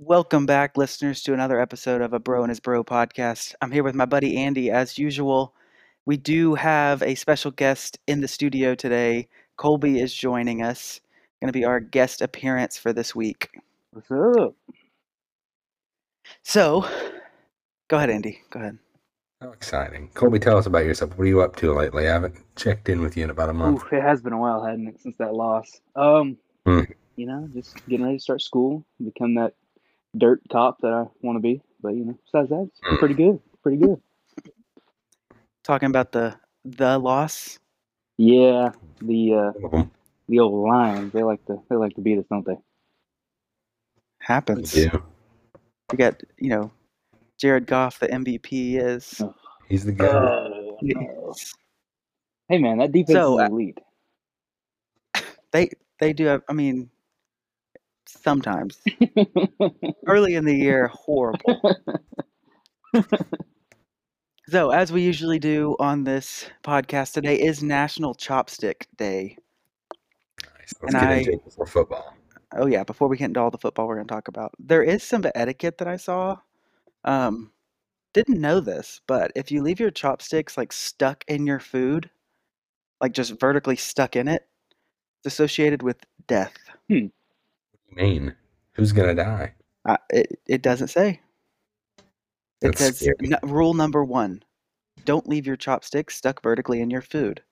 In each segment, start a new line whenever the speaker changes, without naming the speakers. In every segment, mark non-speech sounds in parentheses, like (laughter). Welcome back, listeners, to another episode of A Bro and His Bro podcast. I'm here with my buddy Andy, as usual. We do have a special guest in the studio today. Colby is joining us, going to be our guest appearance for this week.
What's up?
So, go ahead, Andy. Go ahead.
How exciting. Colby, tell us about yourself. What are you up to lately? I haven't checked in with you in about a month.
Ooh, it has been a while, hasn't it, since that loss? Um,
Hmm.
you know, just getting ready to start school, become that dirt cop that I want to be. But you know, besides that, it's
Hmm.
pretty good, pretty good.
Talking about the the loss.
Yeah, the uh,
Welcome.
the old Lions, they like to they like to beat us, don't they?
Happens.
Yeah.
We got, you know, Jared Goff, the MVP is.
Oh,
He's the guy.
Uh,
Oh, no. Hey man, that defense
So, uh,
is elite.
They they do have I mean sometimes. Early in the year, horrible. So, as we usually do on this podcast today, is National Chopstick Day.
Nice. Let's
and
get
I-
into it before football.
Oh yeah, before we get into all the football we're going to talk about, there is some etiquette that I saw. Um, didn't know this, but if you leave your chopsticks like stuck in your food, like just vertically stuck in it, it's associated with death.
What do you mean? Who's going to die?
Uh, it it doesn't say. It
That's
says
scary.
n- rule number one: don't leave your chopsticks stuck vertically in your food.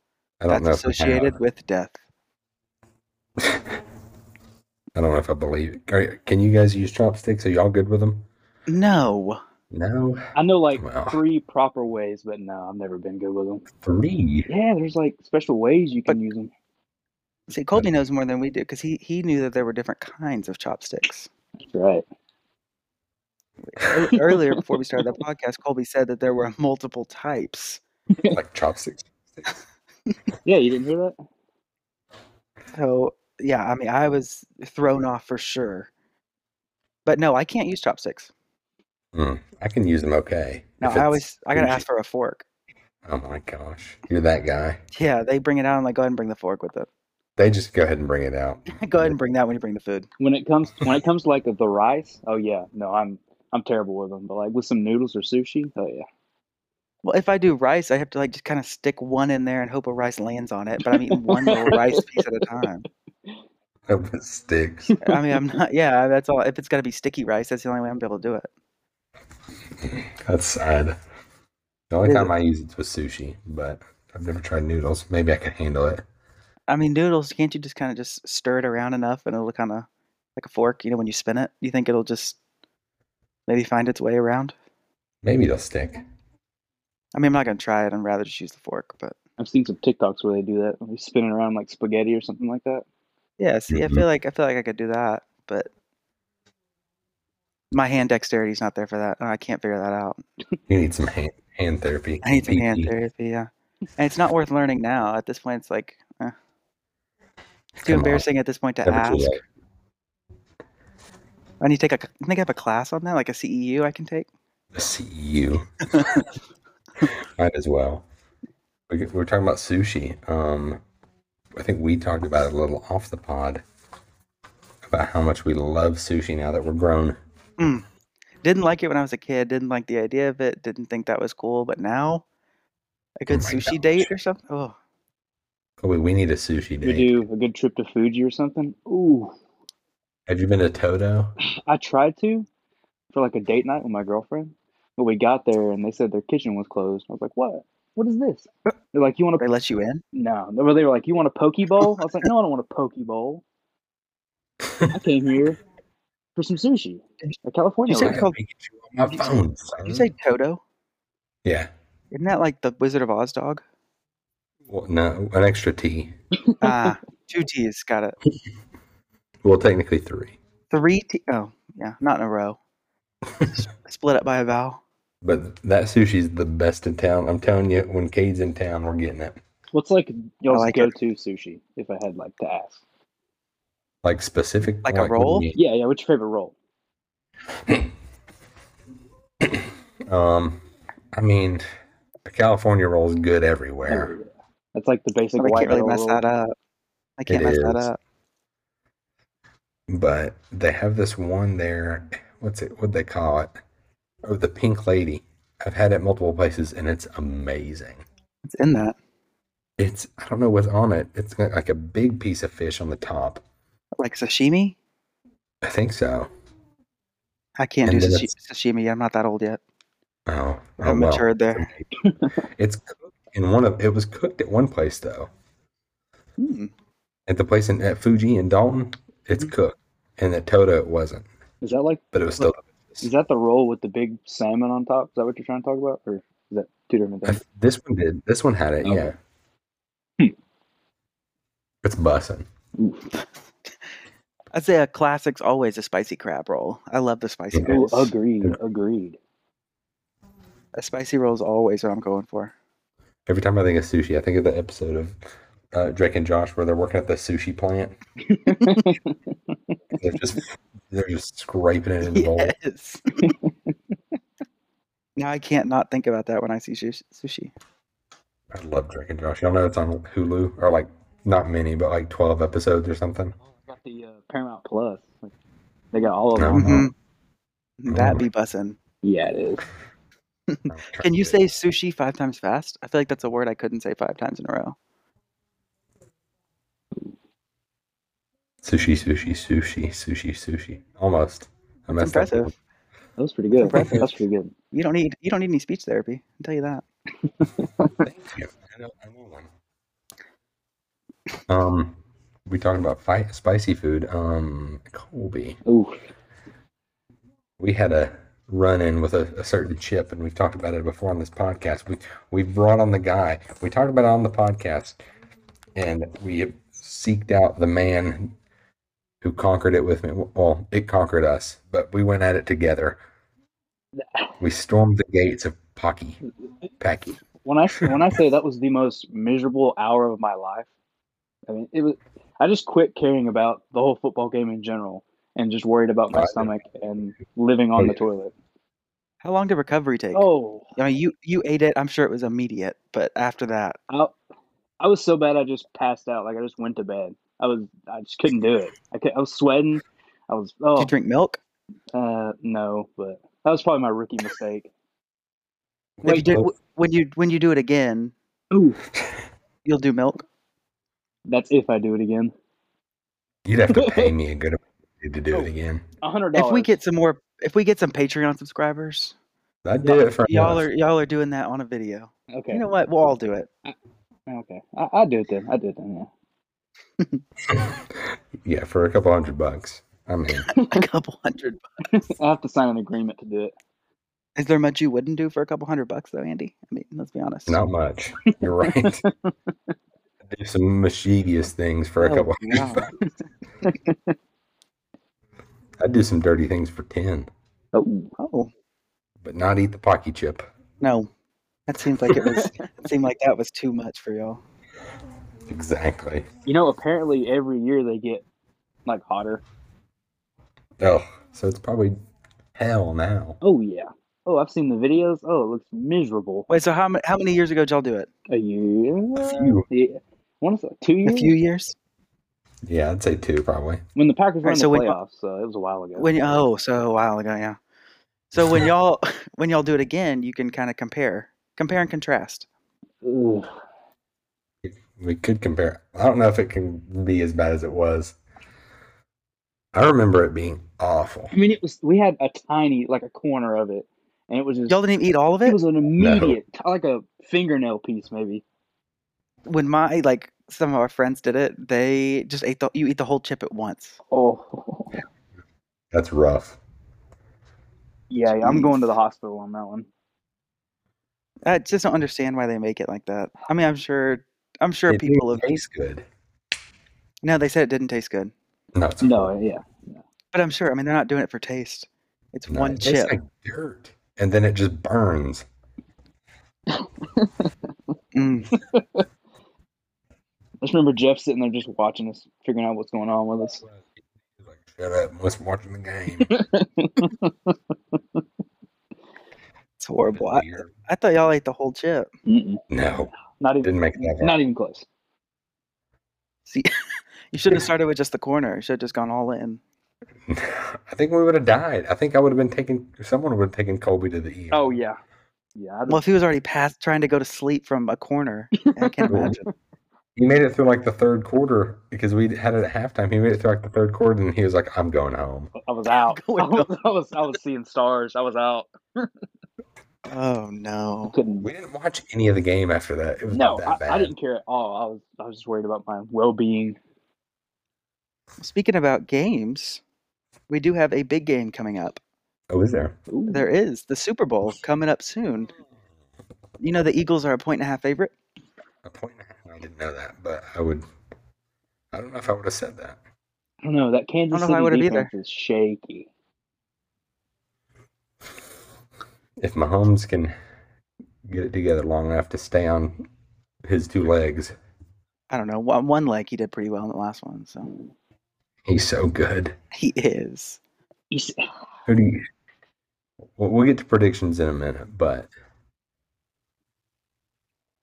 I don't
That's
know. If I,
associated with death.
I don't know if I believe it. Are- can you guys use chopsticks? Are y'all good with them?
No.
No.
I know like
Well.
three proper ways, but no, I've never been good with them.
Three.
Yeah, there's like special ways you can use them.
See, Colby knows more than we do because he, he knew that there were different kinds of chopsticks.
That's right.
(laughs)
Ear- Earlier, before we started the podcast, Colby said that there were multiple types. (laughs)
like chopsticks.
Yeah, you didn't hear that?
So, yeah, I mean, I was thrown off for sure. But no, I can't use chopsticks.
Hmm. I can use them okay.
No,
If it's-
I always I gotta
bougie.
ask for a fork.
Oh my gosh. You're that guy.
Yeah, they bring it out. I'm like, go ahead and bring the fork with it.
They just go ahead and bring it out.
(laughs) go ahead and bring that when you bring the food.
when it comes when it comes to like the rice oh yeah no i'm i'm terrible with them but like with some noodles or sushi oh yeah
Well, if I do rice, I have to like just kind of stick one in there and hope a rice lands on it. But I'm eating one little rice piece at a time.
(laughs) Open sticks.
I mean, I'm not. Yeah, that's all. If it's got to be sticky rice, that's the only way I'm gonna be able to do it.
That's sad. The only
Is
time
it?
I use it's with sushi, but I've never tried noodles. Maybe I can handle it.
I mean, noodles, can't you just kind of just stir it around enough and it'll kind of like a fork, you know, when you spin it? You think it'll just maybe find its way around?
Maybe it'll stick.
I mean, I'm not going to try it. I'd rather just use the fork, but
i've seen some tiktoks where they do that they spin it around like spaghetti or something like that
yeah, see, I feel like I feel like I could do that, but my hand dexterity's not there for that. and I can't figure that out.
You need some hand, hand therapy.
I need some hand
PT.
therapy, yeah. And it's not worth learning now. At this point, it's like eh. it's too
Come on.
embarrassing at this point to
Never too
ask.
late.
I need to take a. I think I have a class on that, like a CEU I can take.
The CEU. (laughs) Might as well. We, we were talking about sushi. Um, I think we talked about it a little off the pod about how much we love sushi now that we're grown.
didn't like it when I was a kid. Didn't like the idea of it. Didn't think that was cool. But now, a good
my
sushi
gosh.
date or something. Oh,
Colby, Oh, we need a sushi
we
date.
do a good trip to fuji or something ooh
Have you been to Toto?
i tried to for like a date night with my girlfriend but we got there and they said their kitchen was closed i was like what what is this they're like you want
they
to
let you in.
no they were they were like you want a poke bowl i was like no i don't want a poke
(laughs)
bowl i came here for some sushi a california
You said
I
roll.
got
Col-
Pikachu on my
Did you say-
phone.
Did you
son.
say Toto?
yeah.
Isn't that like the Wizard of Oz dog?
Well, no, an extra T.
Ah, two T's. Got
(laughs)
it.
Well, technically three,
Three T. Oh, yeah, not in a row. S- Split up by a vowel.
but that sushi's the best in town. I'm telling you, when Cade's in town, we're getting it.
What's like y'all's
like it.
go-to sushi? If I had like to ask.
Like specific,
Like a
what do
roll?
you
Yeah, yeah. What's your
(clears throat)
favorite roll?
mean? Um, I mean, a California roll is good everywhere.
That's like the basic.
Oh, I
white
can't really
roll
mess
roll.
that up. I can't mess that
is.
up.
but they have this one there what's it? What they call it? Oh, the Pink Lady. I've had it multiple places, and it's amazing.
It's in that
It's I don't know what's on it. It's got like a big piece of fish on the top.
like sashimi.
I think so.
I can't
And
do
then
sashi- sashimi. I'm not that old yet.
Oh,
I
oh
haven't
well.
matured there.
(laughs) It's cooked in one of. It was cooked at one place though.
Hmm.
At the place in at Fuji in Dalton, it's cooked, and at Toto it wasn't,
Is that like
but it was still.
is that the roll with the big salmon on top? Is that what you're trying to talk about, or is that two different
I
(laughs)
things?
th- This one did. This one had it.
Okay.
Yeah.
Hmm.
It's bussin'.
I'd say a classic's always a spicy crab roll. I love the spicy
Yeah.
Ooh,
rolls.
agreed, agreed.
A spicy roll is always what I'm going for.
Every time I think of sushi, I think of the episode of uh, Drake and Josh where they're working at the sushi plant. they're just they're just scraping it (laughs)
(laughs)
in the bowl.
Yes. now I can't not think about that when I see shu- sushi.
I love Drake and Josh. Y'all know it's on Hulu or like not many, but like twelve episodes or something.
Oh, I got the uh, Paramount Plus. Like, they got all of them.
Oh, no.
Mhm.
Oh,
That
no.
be bussin'.
Yeah, it is.
I'm trying
Can
to
you
get-
say sushi five times fast? I feel like that's a word I couldn't say five times in a row.
sushi, sushi, sushi, sushi, sushi? Almost. I
It's
messed up.
impressive.
That was pretty good.
Impressive.
That's pretty good.
You don't need you don't need any speech therapy. I'll tell you that.
Thank you. I know, I know one. Um, we talking about fi- spicy food. Um, Colby,
Ooh,
we had a run in with a, a certain chip, and we've talked about it before on this podcast. We we brought on the guy. We talked about it on the podcast, and we seeked out the man who conquered it with me. Well, it conquered us, but we went at it together. We stormed the gates of Pocky. Packy.
when I when I say that was the most miserable hour of my life, I mean it was. I just quit caring about the whole football game in general and just worried about my
Right.
stomach and living on
Oh,
the
yeah.
toilet.
How long did recovery take?
Oh,
I mean, you you ate it. I'm sure it was immediate, but after that,
I, I was so bad I just passed out. Like I just went to bed. I was I just couldn't do it. I could, I was sweating. I was
did
oh
you drink milk?
uh no, but that was probably my rookie mistake.
If you
Wait,
do-
oh.
w- when you when you do it again,
Ooh,
you'll do milk.
that's if I do it again.
You'd have to pay me
(laughs)
a good amount to do
Oh.
it again.
A hundred dollars.
If we get some more, if we get some Patreon subscribers,
I did it for
y'all
enough.
are y'all are doing that on a video.
okay,
You know what? We'll all do it.
okay, I, I do it then. I do it then.
yeah, for a couple hundred bucks. I mean,
A couple hundred. bucks.
Yeah, (laughs) I have to sign an agreement to do it.
Is there much you wouldn't do for a couple hundred bucks though, Andy? I mean, let's be honest.
not much.
(laughs)
You're right. do some mischievous things for a
Oh,
couple. (laughs)
wow.
I'd do some dirty things for ten,
Oh,
Oh
but not eat the pocky chip.
no, that seems like it was. it seemed like that was too much for y'all.
Exactly.
you know, apparently every year they get like hotter.
Oh, so it's probably hell now.
Oh yeah. Oh, I've seen the videos. Oh, it looks miserable.
Wait, so how many how many years ago did y'all do it?
A year.
A few.
Yeah. One two
A
years.
few years.
Yeah, I'd say two probably.
When the Packers were
Right,
in the
so when-
playoffs, so it was a while ago.
When oh, so a while ago, yeah. So
(laughs)
when y'all (laughs) when y'all do it again, you can kind of compare, compare and contrast.
Ugh.
We could compare. I don't know if it can be as bad as it was. I remember it being awful.
I mean, it was we had a tiny like a corner of it, and it was just
Y'all didn't even eat all of
it
it.
was an immediate t- like a fingernail piece maybe.
When my like some of our friends did it, they just ate the you eat the whole chip at once.
Oh
That's rough.
yeah, yeah, I'm
Jeez.
going to the hospital on that one.
I just don't understand why they make it like that. I mean, I'm sure I'm sure
It didn't
people have.
taste good.
No, they said it didn't taste good,
No, it's
No, yeah,
but I'm sure. I mean, they're not doing it for taste. It's
No,
one
it tastes
chip.
like dirt, and then it just burns. (laughs)
Mm.
I just remember Jeff sitting there just watching us, figuring out what's going on with us.
He's like, shut up, let's watch the game.
It's horrible. I,
Weird.
I thought y'all ate the whole chip.
Mm-mm.
no,
Not even
didn't make it that far.
not even close.
See, you should have started with just the corner. You should have just gone all in.
(laughs) I think we would have died. I think I would have been taking someone would have taken Colby to the ER.
Oh yeah, yeah. I'd-
Well, if he was already past trying to go to sleep from a corner, I (laughs) can't
Well,
imagine.
He made it through like the third quarter because we had it at halftime. He made it through like the third quarter and he was like, I'm going home.
I was out. I
Going
was, I was I was seeing stars. I was out.
Oh
I
no!
couldn't.
We didn't watch any of the game after that. It was
No,
not that bad.
I, I didn't care at all. I was I was just worried about my well being.
Speaking about games, we do have a big game coming up.
Oh, is there?
There is the Super Bowl coming up soon. You know the Eagles are a point and a half favorite.
A point and a half. I didn't know that, but I would. I don't know if I would have said that.
I don't know. That Kansas
I don't know if I
City
would've either.
defense is shaky.
If Mahomes can get it together long enough to stay on his two legs,
I don't know. One, one leg he did pretty well in the last one, so
he's so good.
he is.
He's-
Who do you? Well, we'll get to predictions in a minute, but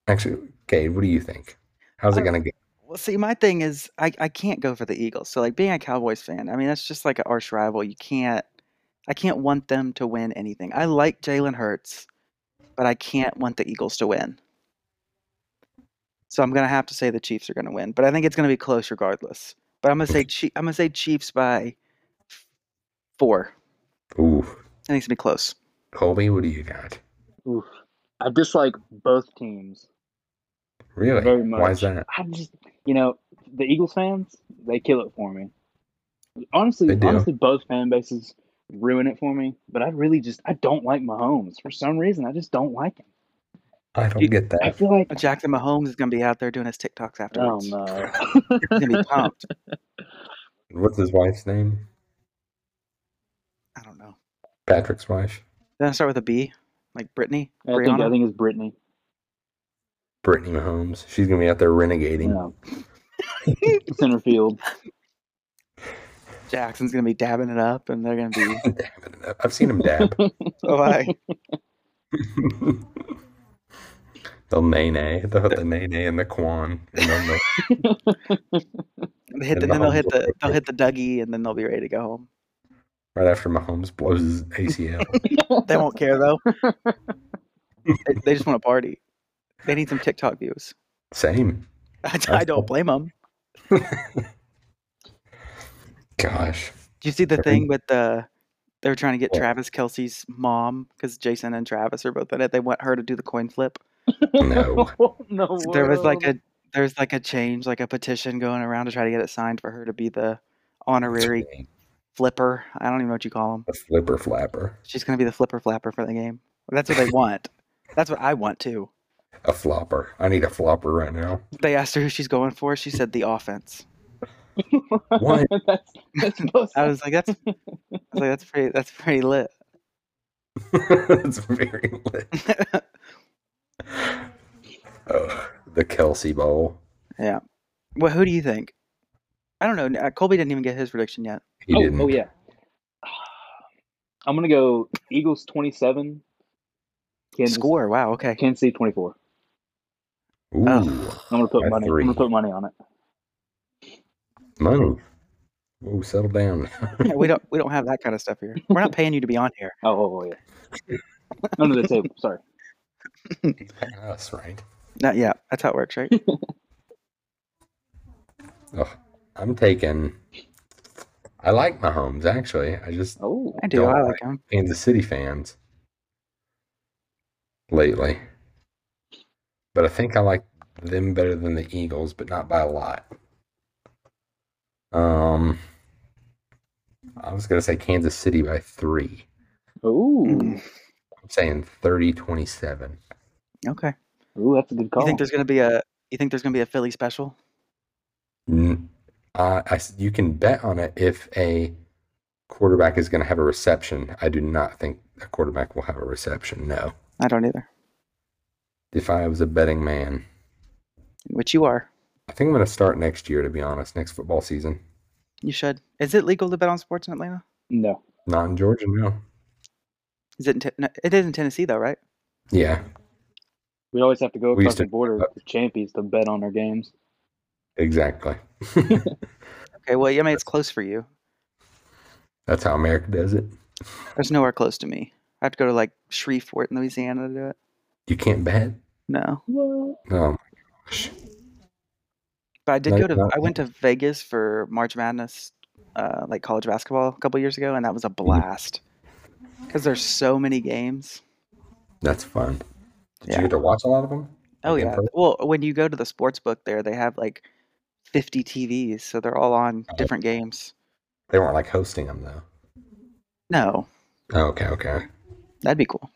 actually, Cade, what do you think? How's it
I-
gonna go?
Well, see, my thing is I, I can't go for the Eagles. So like being a Cowboys fan, I mean that's just like an arch rival. You can't. I can't want them to win anything. I like Jalen Hurts, but I can't want the Eagles to win. So I'm gonna have to say the Chiefs are gonna win, but I think it's gonna be close regardless. But I'm gonna say Chie- I'm gonna say Chiefs by four. I
Ooh,
think it's gonna be
(laughs)
close.
Colby, what do you got?
(sighs) oof. I dislike both teams
Really?
very much.
Why is that?
I just you know the Eagles fans they kill it for me. Honestly,
They do.
honestly, both fan bases ruin it for me. But I really just I don't like Mahomes for some reason. I just don't like him.
I don't
Dude,
get
I
that.
feel like
Jackson Mahomes is gonna be out there doing his TikToks
oh
afterwards.
no.
(laughs)
He's gonna
(laughs)
be pumped.
What's his wife's name?
I don't know.
Patrick's wife,
Then I start with a B, like Brittany,
I think I
Brianna.
think it's Brittany.
Brittany Mahomes. She's gonna be out there renegading.
Yeah. (laughs) Center field.
Jackson's gonna be dabbing it up, and they're gonna be
Dabbing it up. I've seen
(laughs)
him dab.
oh, I,
They'll nay nay. They'll hit the nay nay and the quan. And then they'll,
they hit
And
the, then they'll hit
Mahomes
the
will break
they'll
it.
hit the Dougie, and then they'll be ready to go home.
right after Mahomes blows his ACL.
They won't care though. they, they just want to party. They need some TikTok views. (laughs)
Same.
I, I don't blame them.
Gosh.
Do you see the
Sure.
thing with the? They were trying to get
What?
Travis Kelsey's mom because Jason and Travis are both in it. They want her to do the coin flip.
No.
(laughs) no.
So (laughs) there was like
world.
a there's like a change, like a petition going around to try to get it signed for her to be the
(laughs)
honorary flipper. I don't even know what you call them.
A flipper flapper.
She's gonna be the flipper flapper for the game. That's what they want. That's what I want too.
A flopper. I need a flopper right now. (laughs)
They asked her who she's going for. She said the offense.
What?
(laughs) that's that's both
I was like, that's, I was like, that's pretty, that's pretty lit. (laughs)
That's very lit. Oh, the Kelsey Bowl.
well, who do you think? I don't know. Uh, Colby didn't even get his prediction yet.
He
(laughs) oh,
didn't.
oh yeah. (sighs) I'm gonna go Eagles 27. Kansas,
Score. Wow.
(laughs)
Okay.
Kansas City 24.
Ooh,
Oh.
I'm gonna put
By
money.
three.
I'm gonna put money on it.
money. Ooh, settle down. (laughs)
Yeah, we don't we don't have that kind of stuff here. We're not paying you to be on here.
Oh, oh, oh, yeah. Under the table. (laughs) Sorry.
He's paying us, right?
Not yet. That's how it works, right?
Oh, I'm taking. I like Mahomes actually. I just
Oh,
I do. I like him.
Kansas City fans lately, but I think I like them better than the Eagles, but not by a lot. Um, I was gonna say Kansas City by three.
ooh,
Mm.
I'm saying 30-27.
Okay.
ooh, that's a good
You
call.
think there's gonna be a you think there's gonna be a Philly special?
Mm, I- I s- you can bet on it if a quarterback is going to have a reception. I do not think a quarterback will have a reception. No.
I don't either.
If I was a betting man,
Which you are.
I think I'm going to start next year, to be honest, next football season.
You should. Is it legal to bet on sports in Atlanta?
No,
Not in Georgia, no.
Is it? In te- no, it is in Tennessee though, right?
Yeah,
we always have to go across
We used
the
to-
border with champions to bet on our games.
exactly.
Okay. Well, yeah, I mean, it's close for you.
That's how America does it.
There's nowhere close to me. I have to go to like Shreveport, in Louisiana, to do it.
You can't bet.
No,
What?
Oh my gosh.
but I did
No,
go to.
no.
I went to Vegas for March Madness, uh, like college basketball, a couple years ago, and that was a
Mm-hmm.
blast. Because there's so many games.
That's fun. Did
Yeah.
you get to watch a lot of them?
Oh
Like, in
yeah.
person?
Well, when you go to the sports book there, they have like 50 TVs, so they're all on
Oh.
different games.
They weren't like hosting them though.
No,
Oh, okay, okay.
that'd be cool.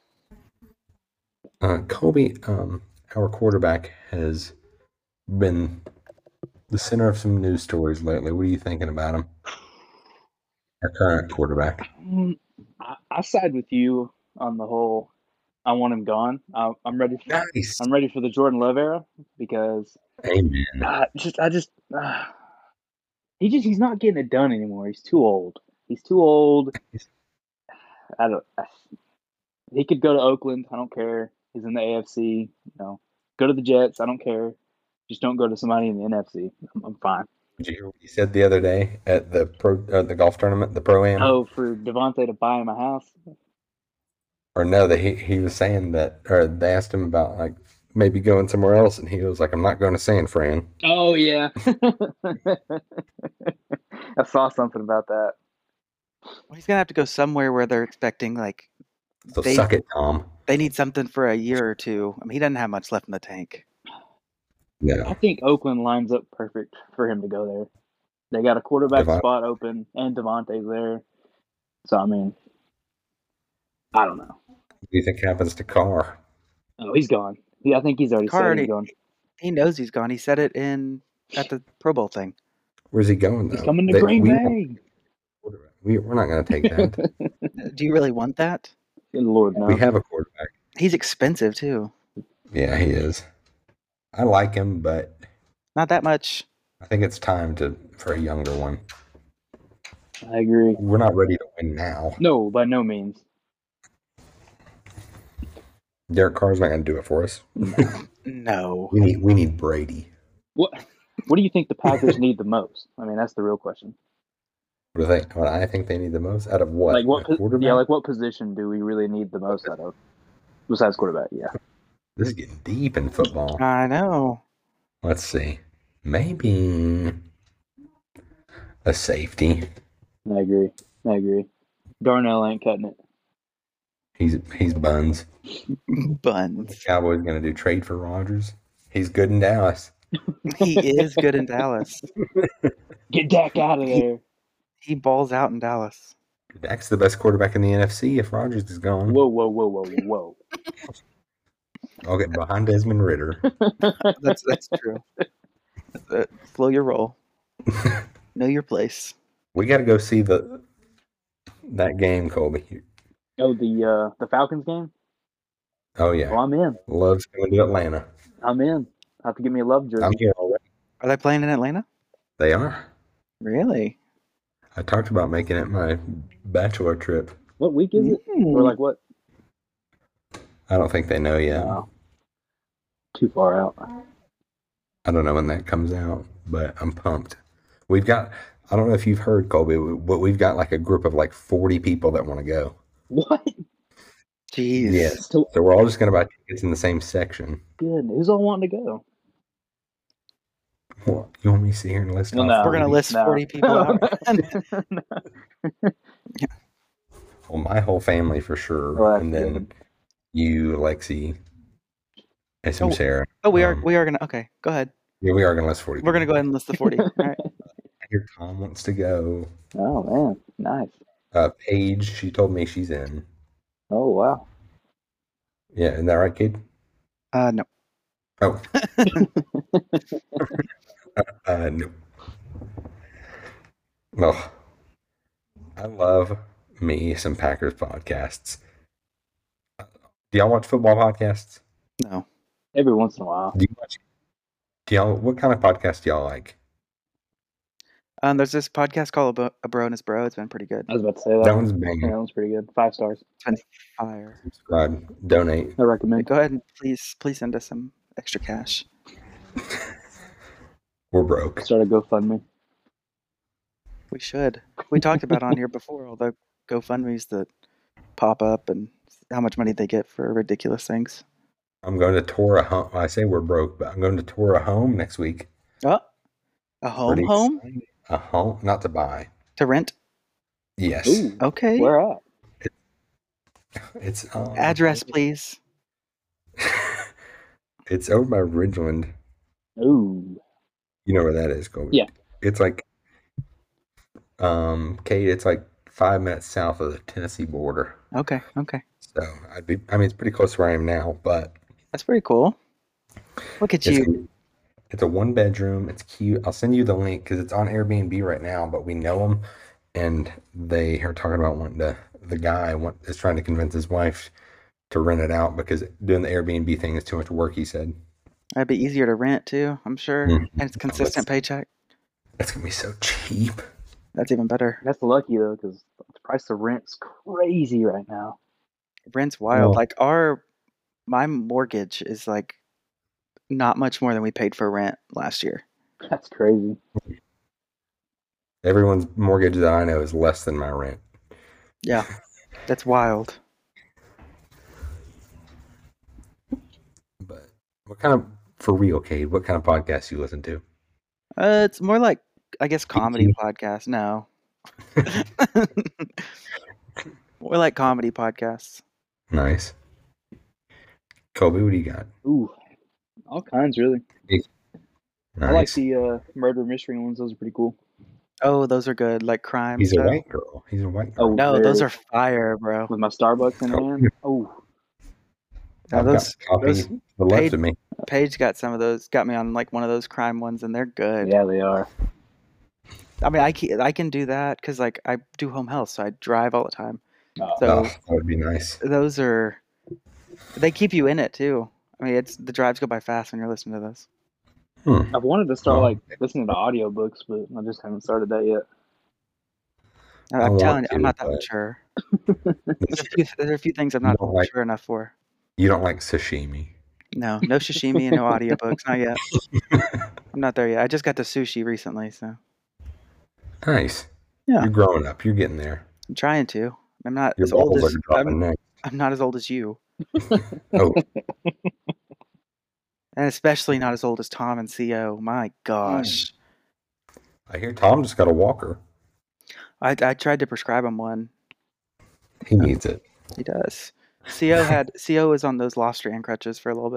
Uh, Colby, um, our quarterback, has been the center of some news stories lately. What are you thinking about him? Our current quarterback.
Mm, I, I side with you on the whole. I want him gone. I, I'm ready. For,
Nice.
I'm ready for the Jordan Love era because
Amen.
uh, just I just uh, he just he's not getting it done anymore. He's too old. He's too old. I don't. I, he could go to Oakland. I don't care. He's in the AFC. You know, go to the Jets. I don't care. Just don't go to somebody in the NFC. I'm, I'm fine.
Did you hear what he said the other day at the pro, uh, the golf tournament, the pro am?
Oh, for Devontae to buy him a house.
or no, that he, he was saying that, or they asked him about like maybe going somewhere else, and he was like, "I'm not going to San Fran."
Oh (laughs) yeah. I saw something about that.
Well, he's gonna have to go somewhere where they're expecting like
So
They-
suck it, Tom.
they need something for a year or two. I mean, he doesn't have much left in the tank.
I
No,
think Oakland lines up perfect for him to go there. They got a quarterback
Devon-
spot open, and Devontae's there. So I mean, I don't know.
what do you think happens to Carr?
Oh, he's gone. Yeah, I think he's already said
Cardi-
he's gone.
He knows he's gone. He said it in at the Pro Bowl thing.
Where's he going? Though?
He's coming to
They-
Green
we-
Bay.
We, we're not going to take that.
(laughs)
Uh, Do you really want that?
Good Lord, no.
We have a quarterback.
He's expensive too.
Yeah, he is. I like him, but
Not that much.
I think it's time to for a younger one.
I agree.
We're not ready to win now.
No, by no means.
Derek Carr's not going to do it for us.
No.
We need we need Brady.
What? What do you think the
(laughs)
Packers need the most? I mean, that's the real question.
What do they? What I think they need the most out of what?
Like what?
A
po- Yeah, like what position do we really need the most out of? Besides quarterback, yeah.
this is getting deep in football.
I know. (laughs)
Let's see. Maybe a safety.
I agree. I agree. Darnell ain't cutting it.
He's he's buns.
Buns.
Cowboys going to do trade for Rodgers. He's good in Dallas.
He is good in Dallas.
Get Dak out of there.
He balls out in Dallas.
Dak's the best quarterback in the NFC if Rodgers is gone.
Whoa, whoa, whoa, whoa, whoa.
I'll get behind Desmond Ritter.
That's that's true. Uh, slow your roll. know your place.
We got to go see the that game, Colby.
Oh, the uh, the Falcons game.
Oh
Well,
yeah,
I'm in.
loves coming to Atlanta.
I'm in. Have to give me a love jersey.
I'm here already.
Are they playing in Atlanta?
They are.
Really?
I talked about making it my bachelor trip.
What week is it?
Hmm.
Or like what?
I don't think they know yet.
No. Too far out.
I don't know when that comes out, but I'm pumped. We've got. I don't know if you've heard Colby, but we've got like a group of like 40 people that want to go.
(laughs) What?
Jeez.
Yes.
So
So we're all just gonna buy tickets in the same section.
good. Who's all wanting to go?
What? You want me to sit here and list?
Well, no.
off
We're gonna
40?
list
No.
forty people out.
Well, my whole family for sure,
Well, that's
and then
good.
you, Lexi, and some
Oh.
Sarah.
Oh, we are
Um,
we are gonna okay, go ahead.
Yeah, we are gonna list forty.
We're gonna go
people.
ahead and list the forty. All right.
I hear Tom wants to go.
(laughs) oh man, nice.
Uh, Paige, she told me she's in.
Oh wow.
Yeah, isn't that right, kid?
Uh no. (laughs)
Oh. uh, no. Well, I love me some Packers podcasts. Do y'all watch football podcasts?
No.
Every once in a while.
Do you watch? Do y'all? What kind of podcast do y'all like?
Um there's this podcast called a Bo- a Bro and his Bro. It's been pretty good.
I was about to say that.
That one's
Yeah,
banging.
that one's pretty good. Five stars.
Fire.
Subscribe, donate.
I recommend.
Go ahead and please please send us some extra cash.
We're broke.
Start a GoFundMe.
We should. We talked about on here before all the GoFundmes that pop up and how much money they get for ridiculous things.
I'm going to tour a home. I say we're broke, but I'm going to tour a home next week.
Oh, a home,
Pretty
home
exciting. A home, not to buy.
to rent.
Yes,
Ooh,
Okay.
where at?
it's um,
Address, please.
(laughs) it's over by Ridgeland.
Ooh,
You know where that is, Colby?
Yeah.
It's like, um, Kate. It's like five minutes south of the Tennessee border.
Okay. Okay.
So I'd be. I mean, it's pretty close to where I am now, but
That's pretty cool. Look at
It's,
you.
it's a one bedroom. It's cute. I'll send you the link because it's on Airbnb right now. But we know them, and they are talking about wanting to. The guy want, is trying to convince his wife to rent it out because doing the Airbnb thing is too much work. He said
That'd be easier to rent too, I'm sure.
Mhm.
And it's consistent paycheck.
that's gonna be so (laughs) cheap.
That's even better.
that's lucky though, because the price of rent's crazy right now. (laughs)
Rent's wild.
Well-
like our my mortgage is like not much more than we paid for rent last year.
That's crazy.
Everyone's mortgage that I know is less than my rent.
Yeah. That's wild.
But what kind of for real, Cade? What kind of podcast you listen to?
Uh, it's more like I guess comedy
you.
podcast. No. (laughs) more like comedy podcasts.
Nice, Kobe. What do you got?
Ooh, all kinds really.
Nice.
I like the uh, murder mystery ones. Those are pretty cool.
Oh, those are good. Like crime
He's a
stuff.
white girl. He's a white girl.
Oh,
No,
Very-
those are fire, bro.
With my Starbucks in
Oh.
hand. Oh,
Now
I've
those
got a copy
those-
to the left of me.
Paige got some of those. Got me on like one of those crime ones, and they're good.
yeah, they are.
I mean, I can, I can do that because like I do home health, so I drive all the time.
Oh.
So
Oh, that would be nice.
those are they keep you in it too. I mean, it's the drives go by fast when you're listening to this.
Hmm.
I've wanted to start
Oh.
like listening to audiobooks, but I just haven't started that yet.
I-
I
I'm
want
telling you, I'm
to,
not that
but- (laughs)
mature. There's a few, there are a few things I'm
You
not
don't like-
mature enough for.
You don't like sashimi.
No, no sashimi and no audiobooks, not
(laughs)
yet. I'm not there yet. I just got the sushi recently, so
Nice.
Yeah.
You're growing up. You're getting there.
I'm trying to. I'm not
Your
as old
balls
as
are
I'm,
dropping next.
I'm not as old as you,
Oh,
and especially not as old as Tom and Co. My gosh.
I hear Tom just got a walker.
I,
Mm.
I tried to prescribe him one.
He needs it.
He does. Co had Co was on those Lostrian crutches for a little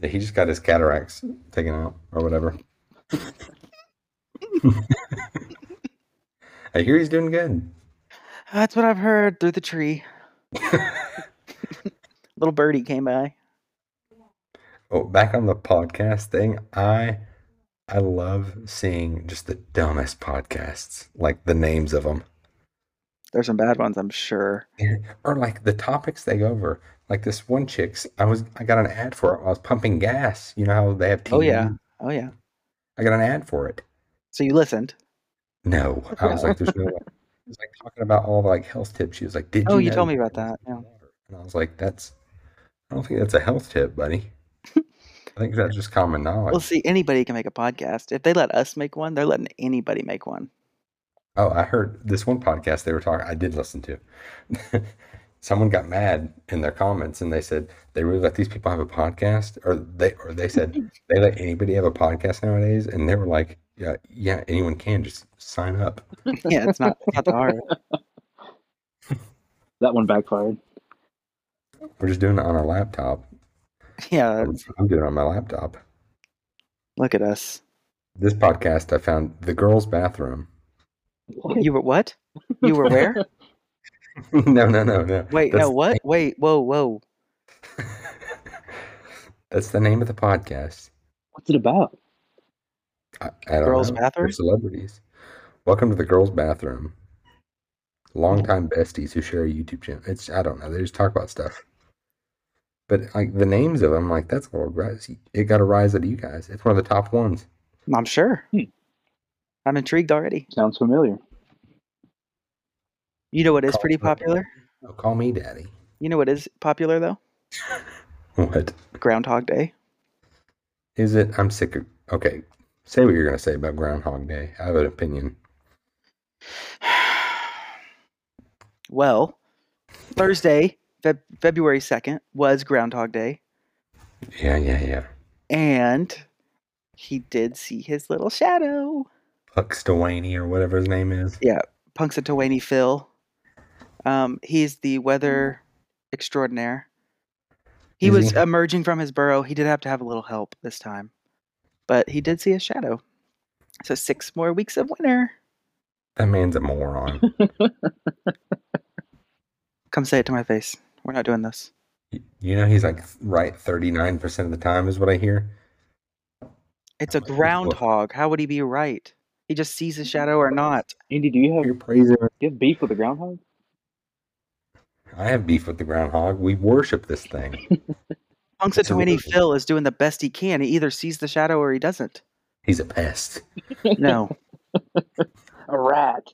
bit.
He just got his cataracts taken out or whatever. (laughs) I hear he's doing good.
That's what I've heard through the tree. (laughs) Little birdie came by.
Oh, back on the podcast thing, I I love seeing just the dumbest podcasts, like the names of them.
There's some bad ones, I'm sure.
or like the topics they go over. Like this one chick's, I was I got an ad for it. while I was pumping gas. You know how they have TV.
Oh, yeah. Oh yeah.
I got an ad for it.
So you listened? (laughs)
No, I was like, there's no way. It was like talking about all like health tips. She was like, did you?
Oh, you
know
told me
you
about
can
that,
drink water?" And I was like, that's. I don't think that's a health tip,
(laughs)
buddy. I think that's just common knowledge.
Well, see, anybody can make a podcast. If they let us make one, they're letting anybody make one.
Oh, I heard this one podcast they were talking, I did listen to. (laughs) Someone got mad in their comments and they said they really let these people have a podcast or they or
(laughs)
they said they let anybody have a podcast nowadays and they were like, yeah, yeah, anyone can just sign up.
Yeah, it's not, it's not that (laughs) hard.
That one backfired.
We're just doing it on our laptop.
Yeah,
I'm
it's-
I'm doing it on my laptop.
look at us.
This podcast I found The Girls Bathroom. (laughs)
What?
You were what? You were where?
No, no, no, no.
Wait,
That's
no, what? Wait, whoa, whoa.
(laughs) that's the name of the podcast.
(laughs) What's it about?
I, I don't
Girls'
know.
bathroom?
They're celebrities. Welcome to the girls' bathroom. Longtime besties who share a YouTube channel. It's I don't know. They just talk about stuff. But like the names of them, like that's a little rise. It got a rise out of you guys. It's one of the top ones.
I'm sure.
Hmm.
I'm intrigued already.
Sounds familiar.
You know what is
Call
pretty
it what it
popular?
Oh, call me daddy.
You know what is popular though?
What
Groundhog Day.
is it? I'm sick of. Okay, say what you're gonna say about Groundhog Day. I have an opinion.
(sighs) well, Thursday, Feb- February 2nd, was Groundhog Day,
Yeah, yeah, yeah.
and he did see his little shadow.
Puxtawaney or whatever his name is.
Punxsutawney Phil. Um, he's the weather extraordinaire. He
Is
was
he?
emerging from his burrow. He did have to have a little help this time, but he did see a shadow. So six more weeks of winter.
That man's a moron. (laughs)
Come say it to my face. We're not doing this.
Y- you know, he's like right 39% of the time, is what I hear.
It's a
Well-
groundhog. How would he be right? He just sees a shadow or not.
Andy, do you have
You're
do
praising.
you have beef with the groundhog?
I have beef with the groundhog. We worship this thing. That's a
Punxsutawney
religion.
Phil is doing the best he can. He either sees the shadow or he doesn't.
He's a pest.
No.
A rat.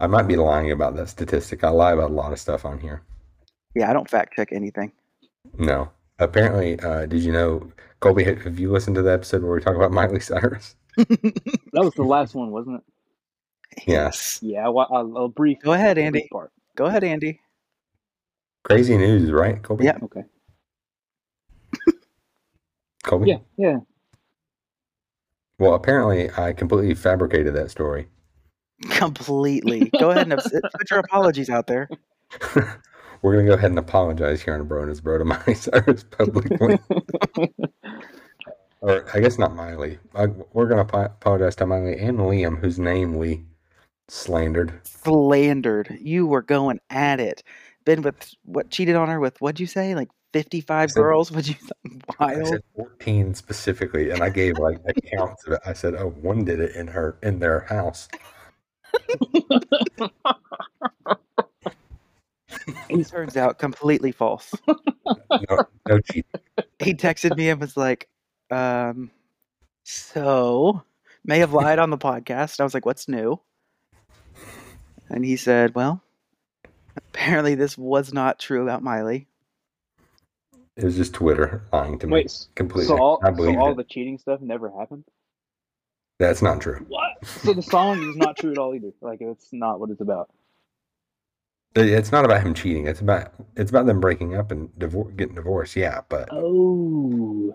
I might be lying about that statistic. I lie about a lot of stuff on here.
yeah, I don't fact check anything.
No. Apparently, uh, did you know, Colby, have have you listened to the episode where we talk about Miley Cyrus?
That was the last one, wasn't it?
Yes.
Yeah, well, I'll, I'll brief.
Go ahead,
brief
Andy.
Part.
Go ahead, Andy. (laughs)
Crazy news, right, Colby?
Yep.
Okay.
Colby?
Yeah, yeah.
Well, apparently, I completely fabricated that story.
Completely. Go ahead and abs- put your apologies out there.
We're going to go ahead and apologize here on Bro and His Bro to (laughs) Miley Cyrus publicly. or I guess not Miley. I, we're going to apologize to Miley and Liam, whose name we slandered.
Slandered. You were going at it. Been with what cheated on her with what'd you say? Like fifty five
said-
girls? Would you (laughs) something
I
wild?
said 14 specifically, and I gave like accounts of it. I said, oh, one did it in her in their house.
It turns out completely false.
No, no cheating.
he texted me and was like, um, so may have lied on the podcast. I was like, what's new? And he said, well, apparently this was not true about Miley.
It was just Twitter lying to me.
Wait, s-
completely.
so all,
I
so
believe
all
it.
the cheating stuff never happened?
That's not true.
What? So the song is not true at all either. Like it's not what it's about.
It- It's not about him cheating. It's about it's about them breaking up and divor- getting divorced. Yeah, but
Oh.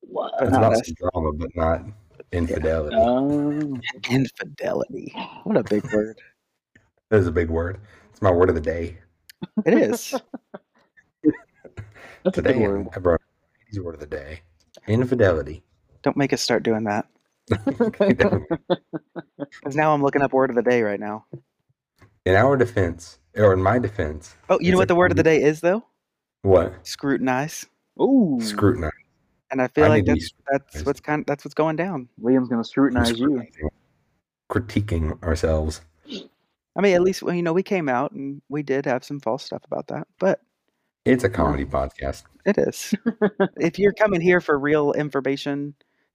What?
it's
not
about
us.
some drama, but not infidelity.
Oh.
Infidelity. What a big word.
That is a big word. It's my word of the day.
It is.
That's a good
Today, (laughs)
word.
I brought his word of the day. Infidelity.
(laughs) Don't make us start doing that.
(laughs)
In
Because now I'm looking up word of the day right now.
our defense, or in my defense,
Oh, you know
It's
what the
like-
word of the day is, though?
what?
Scrutinize.
Ooh.
Scrutinize.
And I feel
I
like
need to be
that's, that's
scrutinized.
what's kind that's what's going down.
Liam's gonna scrutinize you.
Scrutinizing. Critiquing ourselves.
I mean, at least well, you know we came out and we did have some false stuff about that, but
It's a comedy podcast.
It is. if you're coming here for real information,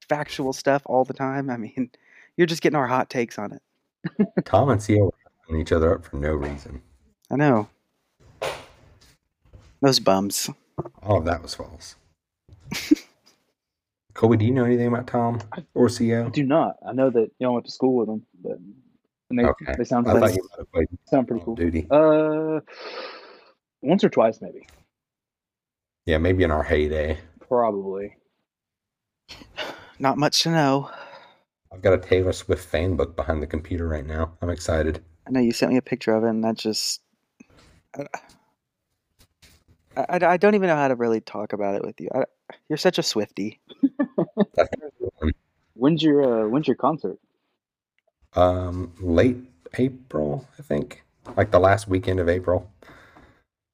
factual stuff all the time, I mean, (laughs) you're just getting our hot takes on it.
Tom and Sia were hyping each other up for no reason.
I know. Those bums.
All of that
(laughs)
was false. Kobe, do you know anything about Tom or
I
Sia?
do not. I know that y'all went to school with them, but and they
Okay.
they sound
I thought
pretty,
you might have played
sound
Call
pretty
of
cool.
Duty.
Uh, once or twice maybe,
Yeah, maybe in our heyday.
probably.
Not much to know.
I've got a Taylor Swift fan book behind the computer right now. I'm excited.
I know you sent me a picture of it, and that just. I, I, I don't even know how to really talk about it with you. I, you're such a Swifty.
When's your uh, when's your concert?
Um, late April, I think, like the last weekend of April.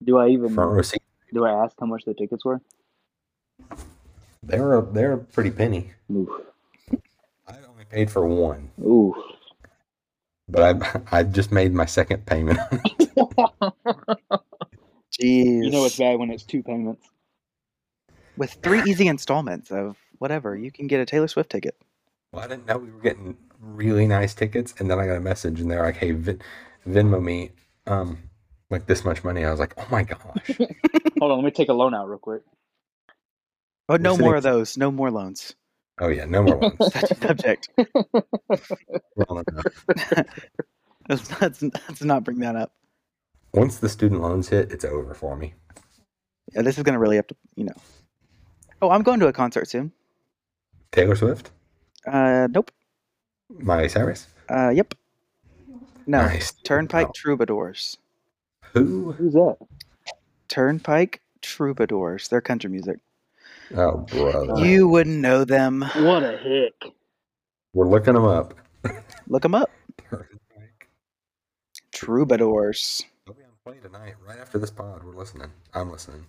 Do I even
Front row seat.
do I ask how much the tickets were?
They were they were a pretty penny.
Oof.
I only paid for one,
Oof. (laughs)
but I (laughs) I just made my second payment. (laughs)
Jeez.
You know it's bad when it's two payments.
With three easy installments of whatever, you can get a Taylor Swift ticket.
Well, I didn't know we were getting really nice tickets, and then I got a message, and they're like, "Hey, Vin- Venmo me, um, like this much money." I was like, "Oh
(laughs)
my gosh!"
Hold on, let me take a loan out real quick.
But Oh, no
Listen,
more
it-
of those. No more loans.
Oh yeah, no more ones.
Such a subject.
(laughs) Well uh, enough.
(laughs) Let's not, let's not bring that up.
Once the student loans hit, it's over for me.
Yeah, this is going to really have to, you know. Oh, I'm going to a concert soon.
Taylor Swift,
Uh, nope.
Miley Cyrus.
Uh, yep. No.
Nice.
Turnpike
Wow.
Troubadours.
Who?
Who's that?
Turnpike Troubadours. They're country music.
Oh, brother.
You wouldn't know them.
What a hick!
We're looking them up.
Look them up.
Turnpike.
Troubadours.
They'll be on play tonight, right after this pod. We're listening. I'm listening.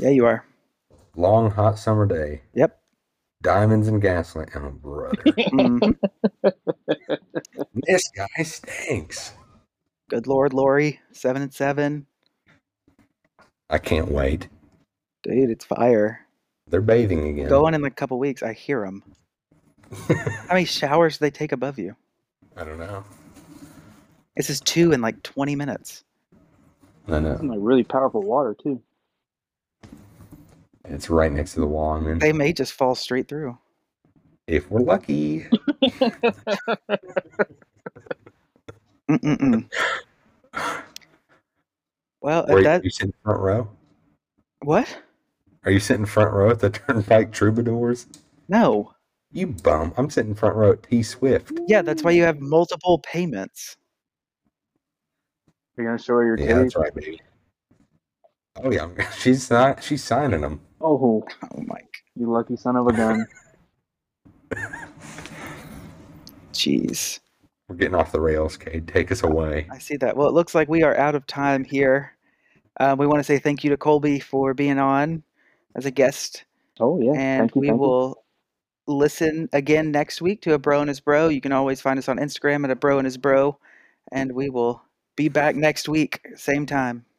Yeah, you are.
Long hot summer day.
Yep.
Diamonds and gaslight. Oh, brother.
(laughs) Mhm.
this guy stinks.
Good Lord, Lori. Seven and seven.
I can't wait.
Dude, it's fire.
They're bathing again.
Going in like a couple weeks. I hear them. How many showers do they take above you?
I don't know.
This is two in like 20 minutes.
I know.
Some like really powerful water too.
It's right next to the wall. I mean,
They may just fall straight through.
if we're lucky.
Mm-mm-mm. Well, if
Where you,
that
you sit in front row?
what?
Are you sitting front row at the (laughs) Turnpike Troubadours?
No.
You bum. I'm sitting front row at T Swift.
Yeah, that's why you have multiple payments.
You're gonna show her your
Yeah,
titties.
that's right, baby. Oh yeah, (laughs) I'm- she's not. She's signing them.
Oh,
Oh my
you lucky son of a gun!
jeez.
We're getting off the rails, Cade. Take us away.
I see that. Well, it looks like we are out of time here. Um, we want to say thank you to Colby for being on as a guest,
Oh yeah,
and
thank you,
we
thank you.
will listen again next week to A Bro and His Bro. You can always find us on Instagram at A Bro and His Bro, and we will be back next week, same time.